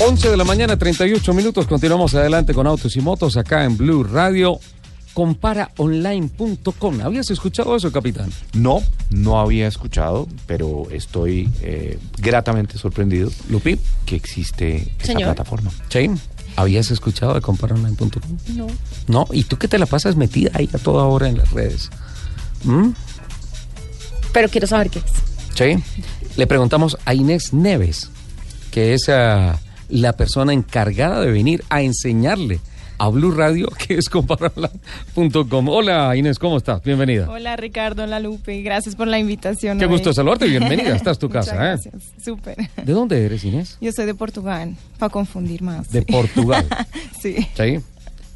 11 de la mañana, 38 minutos. Continuamos adelante con Autos y Motos acá en Blue Radio. Comparaonline.com. ¿Habías escuchado eso, capitán? No, no había escuchado, pero estoy eh, gratamente sorprendido Lupi, que existe esa Señor. plataforma. Chain, ¿habías escuchado de Comparaonline.com? No. No, y tú que te la pasas metida ahí a toda hora en las redes. ¿Mm? Pero quiero saber qué es. Sí. Le preguntamos a Inés Neves, que es ah, la persona encargada de venir a enseñarle a Blue Radio que es compararla.com. Hola Inés, ¿cómo estás? Bienvenida. Hola Ricardo, hola Lupe, gracias por la invitación. Qué hoy. gusto saludarte, bienvenida, esta es tu Muchas casa, ¿eh? Gracias, súper. ¿De dónde eres Inés? Yo soy de Portugal, para confundir más. De Portugal. Sí. ¿Sí?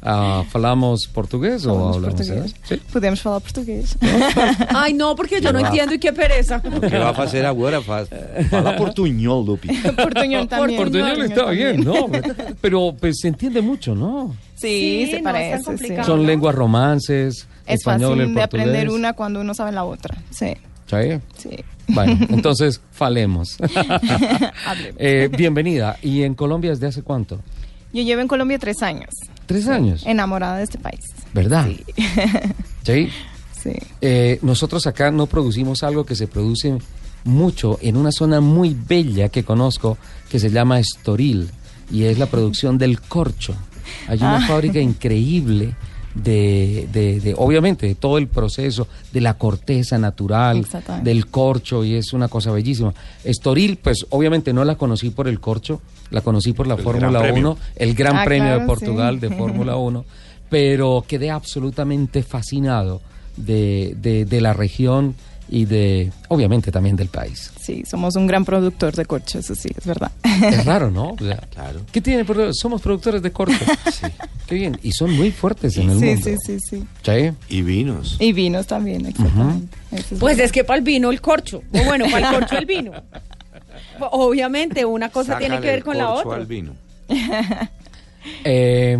Ah, ¿Falamos portugués o Falamos hablamos ¿eh? portugués. ¿Sí? Ah, Podemos hablar portugués. Ay, no, porque yo no entiendo y qué pereza. ¿Qué va a hacer ahora? Fala portuñol, Lupi. Portuñol también. Portuñol está bien, ¿no? Pero pues se entiende mucho, ¿no? Sí, Sí, se no, es parece. tan sí. complicado. Son lenguas romances, Es español, el fácil de portugués. aprender una cuando uno sabe la otra. Sí, ¿Sí? sí. Bueno, entonces falemos. Hablemos. Eh, bienvenida. ¿Y en Colombia desde hace cuánto? Yo llevo en Colombia tres años, Tres años. enamorada de este país. ¿Verdad? Sí. Sí. Eh, nosotros acá no producimos algo que se produce mucho en una zona muy bella que conozco que se llama Estoril y es la producción del corcho. Hay una fábrica increíble de, de- de, obviamente, de todo el proceso de la corteza natural, Exactamente. del corcho y es una cosa bellísima. Estoril, pues obviamente no la conocí por el corcho, la conocí por la El Gran Fórmula Premio. 1, el Gran Ah, Premio de claro, sí. Portugal de Fórmula 1, pero quedé absolutamente fascinado de, de- de la región y de, obviamente, también del país. Sí, somos un gran productor de corcho, eso sí, es verdad. Es raro, ¿no? O sea, Claro. ¿Qué tiene? Porque somos productores de corcho. Sí. Qué bien. Y son muy fuertes en el Sí, mundo. sí, sí, sí. ¿Sí? Y vinos. Y vinos también, exactamente. Eso es Pues verdad. es que para el vino el corcho. O bueno, para el corcho el vino. Obviamente, una cosa tiene que ver con la otra. al vino. Eh,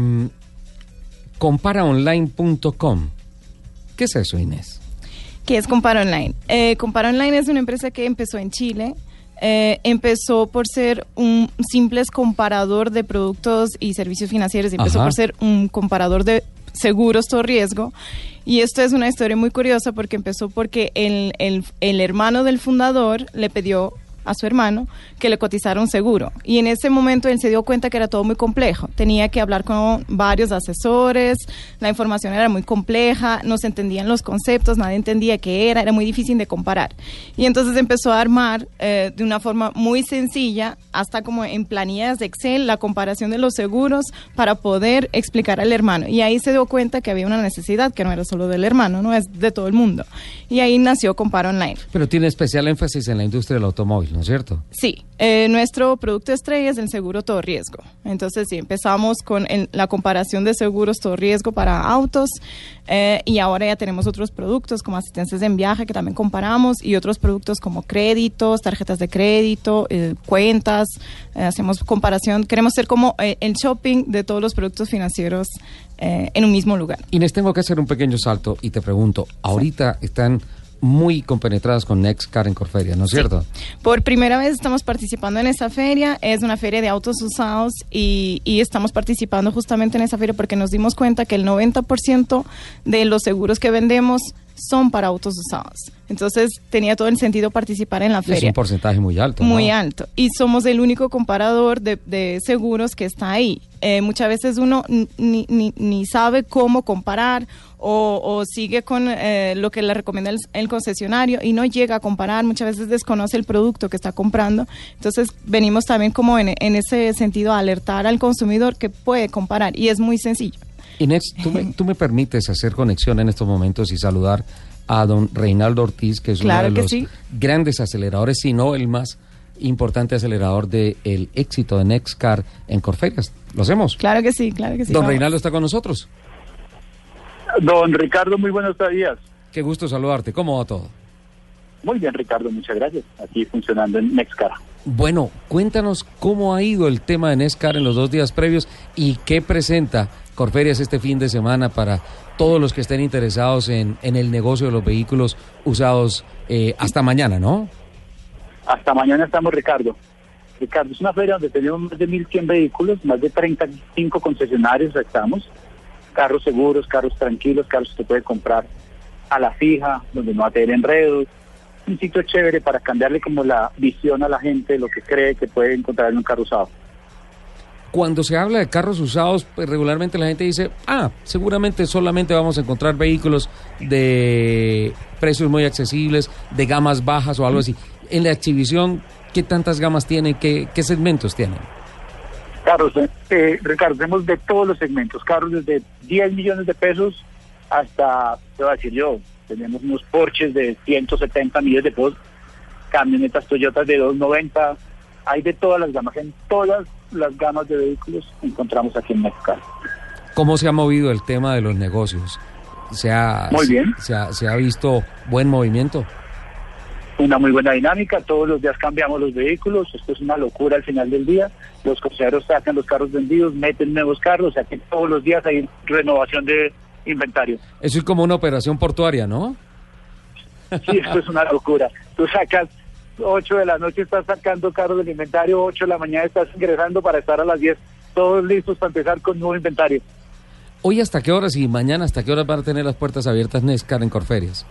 comparaonline.com. ¿Qué es eso, Inés? ¿Qué es Compara Online? Eh, Compara Online es una empresa que empezó en Chile. Eh, empezó por ser un simple comparador de productos y servicios financieros. y Empezó Ajá. por ser un comparador de seguros todo riesgo. Y esto es una historia muy curiosa porque empezó porque el, el- el hermano del fundador le pidió a su hermano que le cotizara un seguro. Y en ese momento él se dio cuenta que era todo muy complejo. Tenía que hablar con varios asesores, la información era muy compleja, no se entendían los conceptos, nadie entendía qué era, era muy difícil de comparar. Y entonces empezó a armar eh, de una forma muy sencilla, hasta como en planillas de Excel, la comparación de los seguros para poder explicar al hermano. Y ahí se dio cuenta que había una necesidad que no era solo del hermano, no es de todo el mundo. Y ahí nació Compara Online. Pero tiene especial énfasis en la industria del automóvil, ¿no es cierto? Sí, eh, nuestro producto estrella es el seguro todo riesgo. Entonces, sí, empezamos con el- la comparación de seguros todo riesgo para autos eh, y ahora ya tenemos otros productos como asistencias en viaje que también comparamos y otros productos como créditos, tarjetas de crédito, eh, cuentas. eh, hacemos comparación, queremos ser como eh, el shopping de todos los productos financieros eh, en un mismo lugar. Inés, tengo que hacer un pequeño salto y te pregunto, ahorita están muy compenetradas con Next Car en Corferia, ¿no es cierto? Por primera vez estamos participando en esa feria, es una feria de autos usados y, y estamos participando justamente en esa feria porque nos dimos cuenta que el 90% de los seguros que vendemos son para autos usados. Entonces tenía todo el sentido participar en la Es un feria. porcentaje muy alto. Muy ¿no? alto. Y somos el único comparador de, de seguros que está ahí. Eh, muchas veces uno n- ni, ni- ni sabe cómo comparar o, o sigue con eh, lo que le recomienda el, el concesionario y no llega a comparar. Muchas veces desconoce el producto que está comprando. Entonces venimos también como en, en ese sentido a alertar al consumidor que puede comparar y es muy sencillo. Inés, ¿tú me, tú me permites hacer conexión en estos momentos y saludar a don Reinaldo Ortiz, que es Claro uno de que los sí. grandes aceleradores, si no el más importante acelerador del éxito de Next Car en Corferias. ¿Lo hacemos? Claro que sí, claro que sí. don vamos. Reinaldo está con nosotros. Don Ricardo, muy buenos días. Qué gusto saludarte. ¿Cómo va todo? Muy bien, Ricardo, muchas gracias. Aquí funcionando en Nextcara. Bueno, cuéntanos cómo ha ido el tema de NESCAR en los dos días previos y qué presenta Corferias este fin de semana para todos los que estén interesados en, en el negocio de los vehículos usados eh, hasta mañana, ¿no? Hasta mañana estamos, Ricardo. Ricardo, es una feria donde tenemos más de 1.100 vehículos, más de 35 concesionarios estamos, carros seguros, carros tranquilos, carros que puede comprar a la fija, donde no va a tener enredos, un sitio chévere para cambiarle como la visión a la gente de lo que cree que puede encontrar en un carro usado. Cuando se habla de carros usados, pues regularmente la gente dice, ah, seguramente solamente vamos a encontrar vehículos de precios muy accesibles, de gamas bajas o algo así. En la exhibición, ¿qué tantas gamas tienen? ¿Qué, qué segmentos tienen? Carros, eh, Ricardo, tenemos de todos los segmentos, carros desde 10 millones de pesos hasta, te voy a decir yo, tenemos unos Porsches de 170 millones de pesos, camionetas Toyotas de 290, hay de todas las gamas, en todas las gamas de vehículos encontramos aquí en México. ¿Cómo se ha movido el tema de los negocios? ¿Se ha, Muy bien. Se ha, se ha visto buen movimiento? Una muy buena dinámica, todos los días cambiamos los vehículos, esto es una locura al final del día, los consejeros sacan los carros vendidos, meten nuevos carros, o sea que todos los días hay renovación de inventario. Eso es como una operación portuaria, ¿no? Sí, esto es una locura. Tú sacas 8 de la noche, estás sacando carros del inventario, 8 de la mañana estás ingresando para estar a las 10, todos listos para empezar con nuevo inventario. Hoy hasta qué horas y mañana hasta qué horas van a tener las puertas abiertas Nescar en Corferias.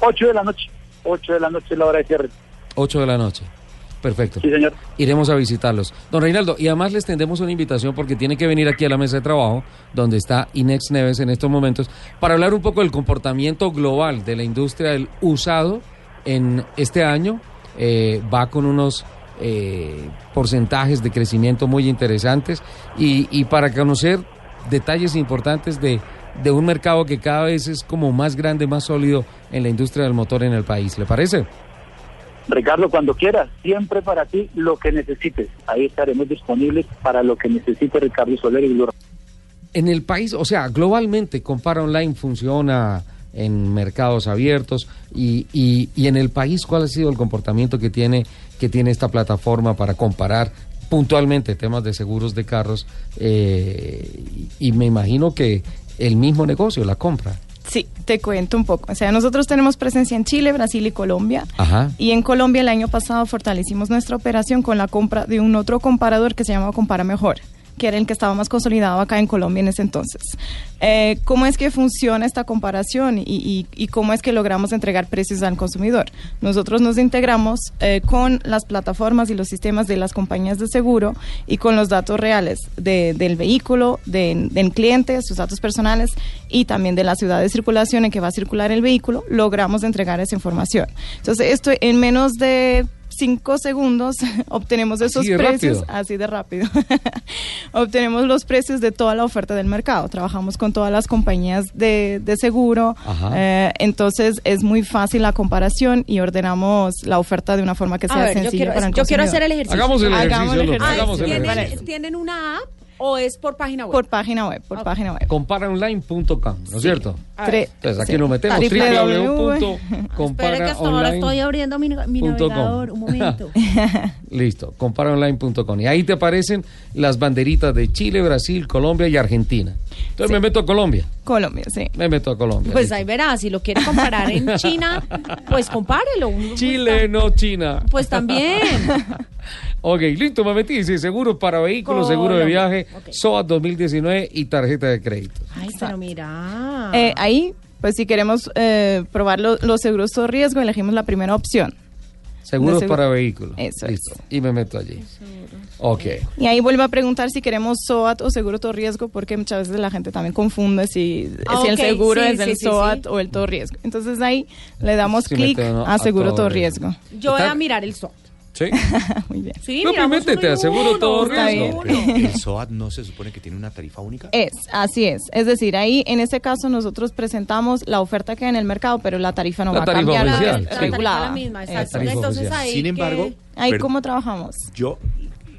8 de la noche, 8 de la noche es la hora de cierre. 8 de la noche. Perfecto. Sí, señor. Iremos a visitarlos. Don Reinaldo, y además les tendemos una invitación porque tiene que venir aquí a la mesa de trabajo, donde está Inex Neves en estos momentos, para hablar un poco del comportamiento global de la industria del usado en este año. Eh, va con unos eh, porcentajes de crecimiento muy interesantes y, y para conocer detalles importantes de, de un mercado que cada vez es como más grande, más sólido en la industria del motor en el país. ¿Le parece? Ricardo, cuando quieras, siempre para ti lo que necesites. Ahí estaremos disponibles para lo que necesite Ricardo Soler y Blue Radio. En el país, o sea, globalmente, Compara Online funciona en mercados abiertos y, y- y en el país, ¿cuál ha sido el comportamiento que tiene, que tiene esta plataforma para comparar puntualmente temas de seguros de carros? Eh, y, y me imagino que el mismo negocio, la compra. Sí, te cuento un poco. O sea, nosotros tenemos presencia en Chile, Brasil y Colombia. Ajá. Y en Colombia el año pasado fortalecimos nuestra operación con la compra de un otro comparador que se llamaba Compara Mejor, que era el que estaba más consolidado acá en Colombia en ese entonces. Eh, ¿Cómo es que funciona esta comparación y, y- y cómo es que logramos entregar precios al consumidor? Nosotros nos integramos eh, con las plataformas y los sistemas de las compañías de seguro y con los datos reales de- del vehículo, de- del cliente, sus datos personales y también de la ciudad de circulación en que va a circular el vehículo, logramos entregar esa información. Entonces, esto en menos de cinco segundos obtenemos esos de precios rápido. así de rápido. obtenemos los precios de toda la oferta del mercado. Trabajamos con todas las compañías de, de seguro. Ajá. eh, entonces, es muy fácil la comparación y ordenamos la oferta de una forma que A sea ver, yo sencilla quiero- para el yo quiero consumidor. hacer el ejercicio. Hagamos el Hagamos ejercicio, el Luz, ejercicio. hagamos el Ah, ejercicio. ¿tienen, tienen una app o es por página web? Por página web, por Ah. página web. Comparaonline.com, ¿no es cierto? A ver. Tre- Entonces aquí sí. nos metemos www. Ah, Espera que hasta ahora estoy www.comparaonline.com. abriendo mi, mi punto com. navegador. Un momento. Listo, comparaonline.com. Y ahí te aparecen las banderitas de Chile, Brasil, Colombia y Argentina. Entonces me meto a Colombia, Colombia, sí. me meto a Colombia. Pues listo. ahí verá, si lo quiere comparar en China, pues compárelo. Uno- Chile, no China. Pues también. Ok, listo, me metí. Sí, seguro para vehículos, seguro de Colombia, viaje, ok. SOAT 2019 y tarjeta de crédito. Ay, pero mira. Eh, ahí, pues si queremos eh, probar lo- los seguros de riesgo, elegimos la primera opción. Seguros seguro. para vehículos. Eso listo. es. Y me meto allí. Ok. Y ahí vuelve a preguntar si queremos SOAT o seguro todo riesgo, porque muchas veces la gente también confunde si, Ah, si el ok, seguro sí, es del sí, sí, SOAT sí. o el todo riesgo. Entonces ahí le damos Sí, clic meto, ¿no? a a seguro todo todo riesgo. riesgo. Yo voy está- a mirar el SOAT. Sí. Muy bien. Sí, No, miramos pues, métete, uno y aseguro uno, todo está riesgo. bien. No, pero el SOAT no se supone que tiene una tarifa única. Eh, Es, así es. Es decir, ahí en ese caso nosotros presentamos la oferta que hay en el mercado, pero la tarifa no La va a tarifa cambiar. La- oficial, la es sí. tarifa regulada. la misma, Eso. exacto. Tarifa Entonces oficial. ahí Sin embargo, que- Ahí per- cómo trabajamos. Yo,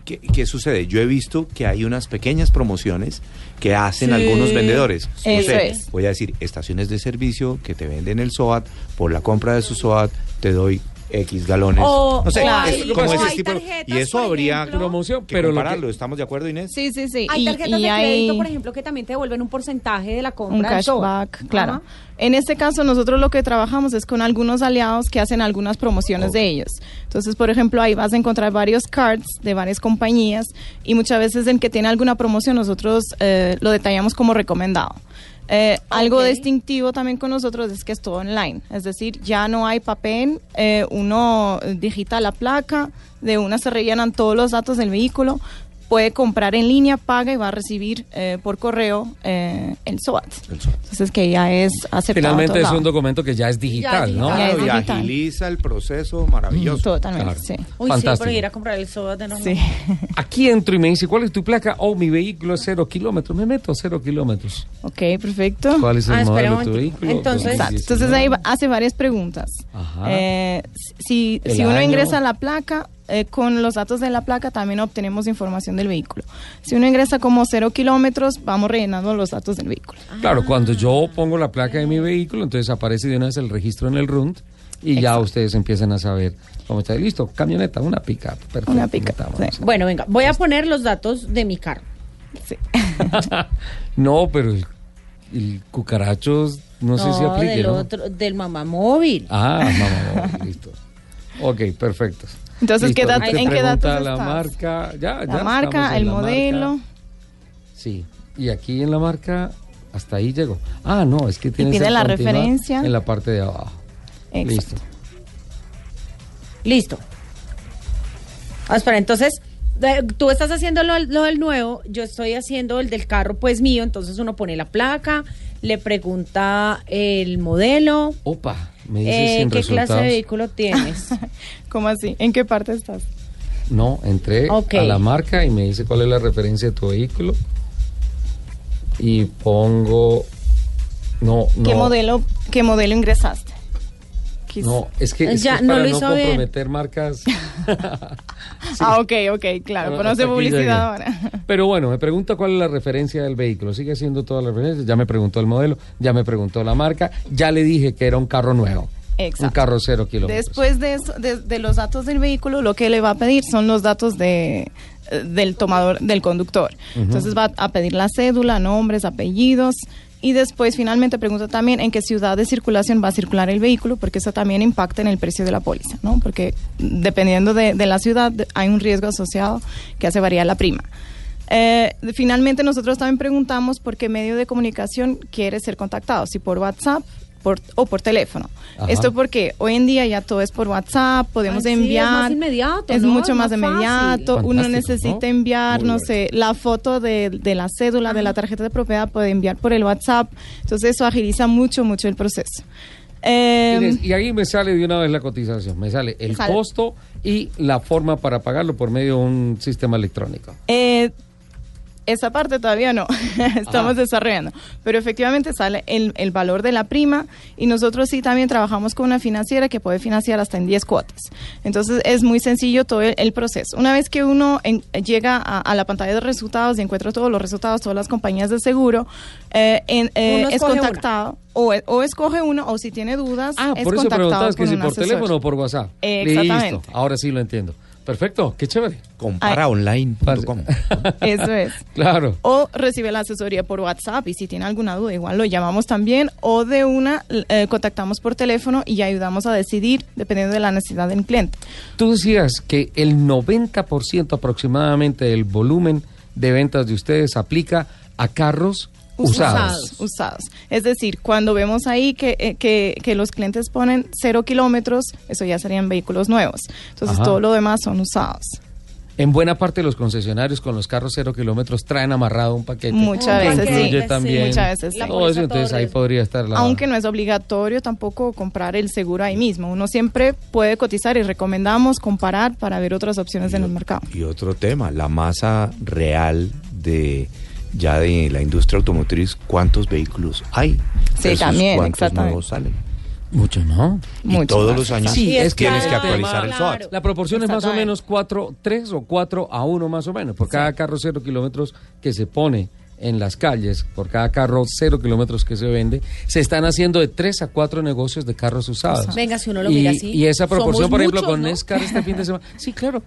¿qué, qué sucede? Yo he visto que hay unas pequeñas promociones que hacen Sí. algunos vendedores. No Eso sé, es. Voy a decir, estaciones de servicio que te venden el SOAT, por la compra de su SOAT te doy X galones. O- no sé, o hay- es como o ese hay tipo. tarjetas, y eso por habría ejemplo. Promoción, que pero lo que- compararlo. ¿Estamos de acuerdo, Inés? Sí, sí, sí. Hay y- tarjetas y de crédito, hay- por ejemplo, que también te devuelven un porcentaje de la compra. un del todo. cashback, claro. Ajá. En este caso nosotros lo que trabajamos es con algunos aliados que hacen algunas promociones de ellos. Entonces, por ejemplo, ahí vas a encontrar varios cards de varias compañías y muchas veces en que tiene alguna promoción nosotros eh, lo detallamos como recomendado. Eh, Algo Ok. distintivo también con nosotros es que es todo online, es decir, ya no hay papel, eh, uno digita la placa, de una se rellenan todos los datos del vehículo, puede comprar en línea, paga y va a recibir eh, por correo eh, el SOAT. El SOAT. Entonces que ya es aceptado. a Finalmente todos es un lados. documento que ya es digital, digital. ¿no? Ya Claro, es y digital. Mm, agiliza el proceso maravilloso. Totalmente, Claro. sí. Uy, sí, Fantástico. pero ir a comprar el soda de no, no. Sí. Aquí entro y me dice, ¿cuál es tu placa? Oh, mi vehículo es cero kilómetros. Me meto cero kilómetros. ok, perfecto. ¿Cuál es el Ah, espera modelo un de tu momentico. vehículo? Pues, Entonces- Exacto. Entonces ahí va- hace varias preguntas. Ajá. Eh, si El si uno año. ingresa la placa, eh, con los datos de la placa también obtenemos información del vehículo. Si uno ingresa como cero kilómetros, vamos rellenando los datos del vehículo. Ah. Claro, cuando yo pongo la placa de mi vehículo, entonces aparece de una vez el registro en el RUNT y ya ustedes empiezan a saber cómo está. Listo, camioneta, una pick-up. Perfecto. Una pick-up, metamos. sí. Bueno, venga, voy a poner los datos de mi carro. Sí. no, pero el, el cucarachos no, sé si aplique, del ¿no? otro, del mamá móvil. Ah, mamá, móvil, listo. Ok, perfecto. Entonces, Listo, ¿qué datos- usted en qué pregunta datos la estás? marca, ya, ya La estamos marca, en el la modelo. marca. Sí, y aquí en la marca hasta ahí llegó. Ah, no, es que tiene que pide ser la continua referencia. en la parte de abajo. Exacto. Listo. Listo. Ah, espera, entonces, de- tú estás haciendo lo, lo del nuevo, yo estoy haciendo el del carro, pues mío, entonces uno pone la placa, le pregunta el modelo, Opa, me dice eh, sin qué resultados. clase de vehículo tienes. ¿Cómo así? ¿En qué parte estás? No, entré Ok. a la marca y me dice cuál es la referencia de tu vehículo. Y pongo. No, no. ¿Qué modelo, qué modelo ingresaste? Quis- No, es que, es que Ya, es no para lo no hizo bien. comprometer marcas. Ah, ok, ok, claro. Bueno, Conoce hasta aquí llegué. publicidad ahora. Pero bueno, me pregunta cuál es la referencia del vehículo. Sigue siendo toda la referencia. Ya me preguntó el modelo, ya me preguntó la marca, ya le dije que era un carro nuevo. Exacto. Un carro cero kilómetros. Después de, eso, de, de los datos del vehículo, lo que le va a pedir son los datos de, eh, del tomador, del conductor. Entonces va a pedir la cédula, nombres, apellidos. Y después finalmente pregunta también en qué ciudad de circulación va a circular el vehículo, porque eso también impacta en el precio de la póliza, ¿no? Porque mm, dependiendo de, de la ciudad de- hay un riesgo asociado que hace variar la prima. Eh, finalmente nosotros también preguntamos por qué medio de comunicación quiere ser contactado, si por WhatsApp por- o por teléfono. Ajá. Esto porque hoy en día ya todo es por WhatsApp, podemos Ay, sí, es más enviar. inmediato, es ¿no? mucho Es más, más inmediato. fácil. Uno Fantástico, necesita ¿no? enviar, Muy no bueno. sé, la foto de, de la cédula, de la tarjeta de propiedad, puede enviar por el WhatsApp. Entonces eso agiliza mucho, mucho el proceso. Eh, Inés, y ahí me sale de una vez la cotización. Me sale el Sale. costo y la forma para pagarlo por medio de un sistema electrónico. eh, esa parte todavía no, estamos Ajá. desarrollando, pero efectivamente sale el, el valor de la prima y nosotros sí también trabajamos con una financiera que puede financiar hasta en 10 cuotas. Entonces es muy sencillo todo el, el proceso. Una vez que uno en- llega a, a la pantalla de resultados y encuentra todos los resultados, todas las compañías de seguro, eh, en- eh, Uno es escoge una. contactado o, o escoge uno o si tiene dudas, Ah, es por eso contactado preguntabas que con si un por asesor. teléfono o por WhatsApp. Exactamente. Listo, ahora sí lo entiendo. Perfecto, qué chévere. Comparaonline.com. Eso es. Claro. O recibe la asesoría por WhatsApp y si tiene alguna duda igual lo llamamos también o de una l- eh, contactamos por teléfono y ayudamos a decidir dependiendo de la necesidad del cliente. Tú decías que el 90% aproximadamente del volumen de ventas de ustedes aplica a carros usados. Usados. usados. Es decir, cuando vemos ahí que, eh, que, que los clientes ponen cero kilómetros, eso ya serían vehículos nuevos. Entonces Ajá. todo lo demás son usados. En buena parte los concesionarios con los carros cero kilómetros traen amarrado un paquete. Muchas que veces sí. incluye Sí, también muchas veces todo sí. La eso, póliza, entonces todo ahí riesgo. podría estar la... Aunque no es obligatorio tampoco comprar el seguro ahí mismo. Uno siempre puede cotizar y recomendamos comparar para ver otras opciones en el mercado. Y otro tema, la masa real de ya de la industria automotriz, ¿cuántos vehículos hay? Sí, Versus también, ¿Cuántos exactamente. nuevos salen? Mucho, ¿no? y Mucho todos más, los años Sí, es que tienes que el tema- actualizar el SOAT. Claro. La proporción es más o Exactamente. menos 4, 3 o 4 a 1 más o menos. Por cada carro cero kilómetros que se pone en las calles por cada carro cero kilómetros que se vende, se están haciendo de tres a cuatro negocios de carros usados. Venga, si uno lo y, mira así, Y esa proporción, somos por ejemplo, muchos, con ¿no? Nescar este fin de semana. Sí, claro.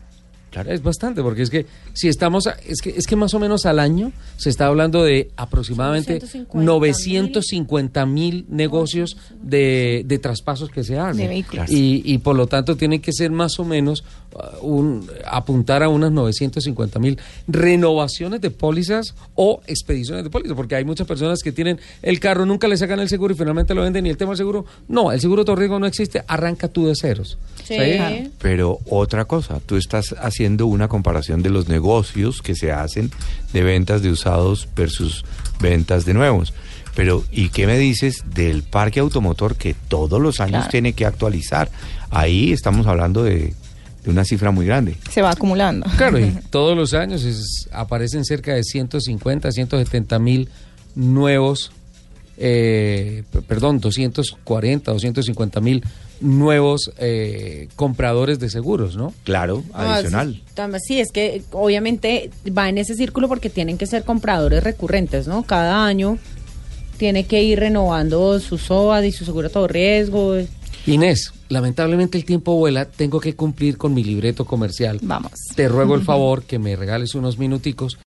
Claro, es bastante, porque es que si estamos, a- es que, es que más o menos al año se está hablando de aproximadamente 150.000. 950 mil negocios de, de traspasos que se hacen. De vehículos. Y, y por lo tanto tienen que ser más o menos ah, un, apuntar a unas 950 mil renovaciones de pólizas o expediciones de pólizas, porque hay muchas personas que tienen el carro, nunca le sacan el seguro y finalmente lo venden y el tema del seguro, no, el seguro de todo riesgo no existe, arranca tú de ceros. Sí. Ah, Pero otra cosa, tú estás haciendo una comparación de los negocios que se hacen de ventas de usados versus ventas de nuevos. Pero, ¿y qué me dices del parque automotor que todos los años Claro. tiene que actualizar? Ahí estamos hablando de, de una cifra muy grande. Se va acumulando. Claro, y todos los años es- aparecen cerca de 150, 170 mil nuevos, eh, p- perdón, 240, 250 mil nuevos eh, compradores de seguros, ¿no? Claro, No, adicional. es- tam- sí, es que eh, obviamente va en ese círculo porque tienen que ser compradores recurrentes, ¿no? Cada año tiene que ir renovando su SOAD y su seguro a todo riesgo. Inés, lamentablemente el tiempo vuela, tengo que cumplir con mi libreto comercial. Vamos. Te ruego el favor que me regales unos minuticos